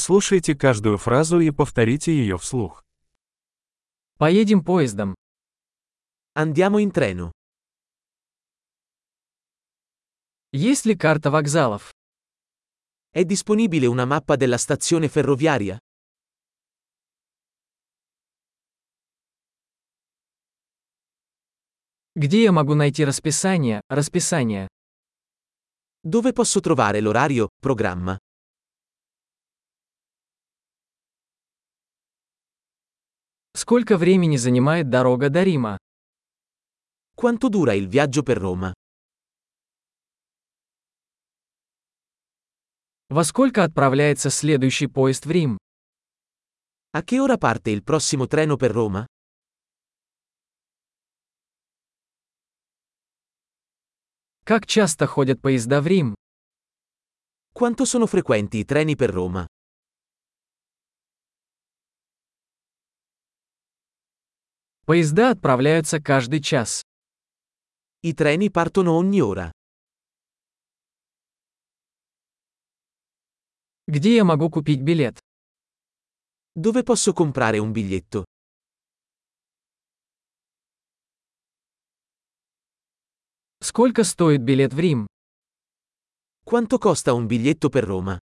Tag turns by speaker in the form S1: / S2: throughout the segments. S1: Прослушайте каждую фразу и повторите ее вслух.
S2: Поедем поездом.
S3: Andiamo in treno.
S2: Есть ли карта вокзалов?
S3: È disponibile una mappa della stazione ferroviaria?
S2: Где я могу найти расписание, расписание?
S3: Dove posso trovare l'orario, programma?
S2: Сколько времени занимает дорога до Рима?
S3: Quanto dura il viaggio per Roma?
S2: Во сколько отправляется следующий поезд в Рим?
S3: A che ora parte il prossimo treno per Roma?
S2: Как часто ходят поезда в Рим?
S3: Quanto sono frequenti i treni per Roma?
S2: Поезда отправляются каждый час.
S3: I treni partono ogni ora.
S2: Где я могу купить билет?
S3: Dove posso comprare un biglietto?
S2: Сколько стоит билет в Рим?
S3: Quanto costa un biglietto per Roma?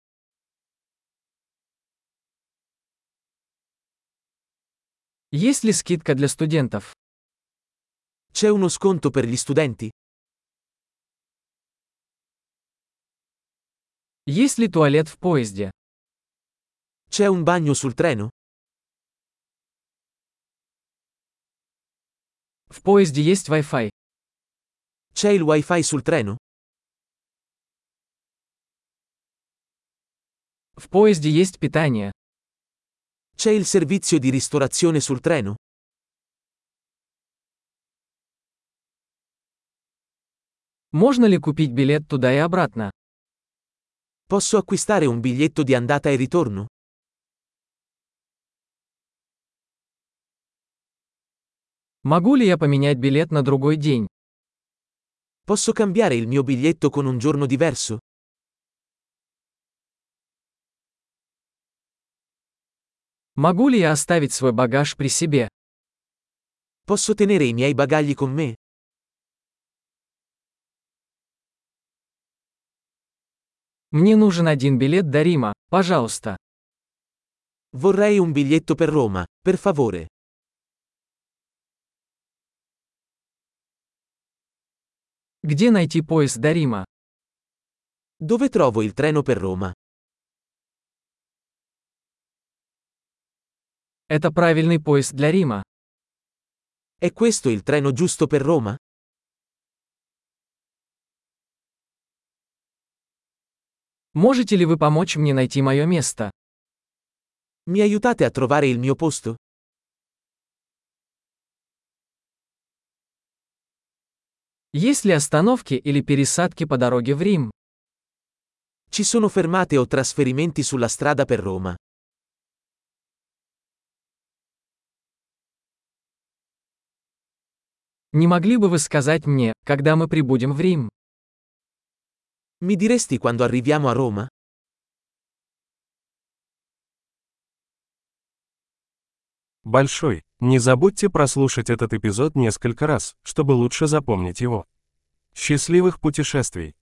S2: Есть ли скидка для студентов?
S3: C'è uno sconto per gli studenti?
S2: Есть ли туалет в поезде?
S3: C'è un bagno sul treno?
S2: В поезде есть Wi-Fi.
S3: C'è il wifi sul treno?
S2: В поезде есть питание.
S3: C'è il servizio di ristorazione sul treno?
S2: Можно ли купить билет туда и обратно?
S3: Posso acquistare un biglietto di andata e ritorno?
S2: Могу ли я поменять билет на другой день?
S3: Posso cambiare il mio biglietto con un giorno diverso?
S2: Могу ли я оставить свой багаж при себе?
S3: Posso tenere i miei bagagli con me?
S2: Мне нужен один билет до Рима, пожалуйста.
S3: Vorrei un biglietto per Roma, per favore.
S2: Где найти поезд до Рима?
S3: Dove trovo il treno per Roma?
S2: Это правильный поезд для Рима.
S3: È questo il treno giusto per Roma?
S2: Можете ли вы помочь мне найти мое место?
S3: Mi aiutate a trovare il mio posto?
S2: Есть ли остановки или пересадки по дороге в Рим?
S3: Ci sono fermate o trasferimenti sulla strada per Roma?
S2: Не могли бы вы сказать мне, когда мы прибудем в Рим?
S3: Mi diresti quando arriviamo a Roma?
S1: Большой. Не забудьте прослушать этот эпизод несколько раз, чтобы лучше запомнить его. Счастливых путешествий!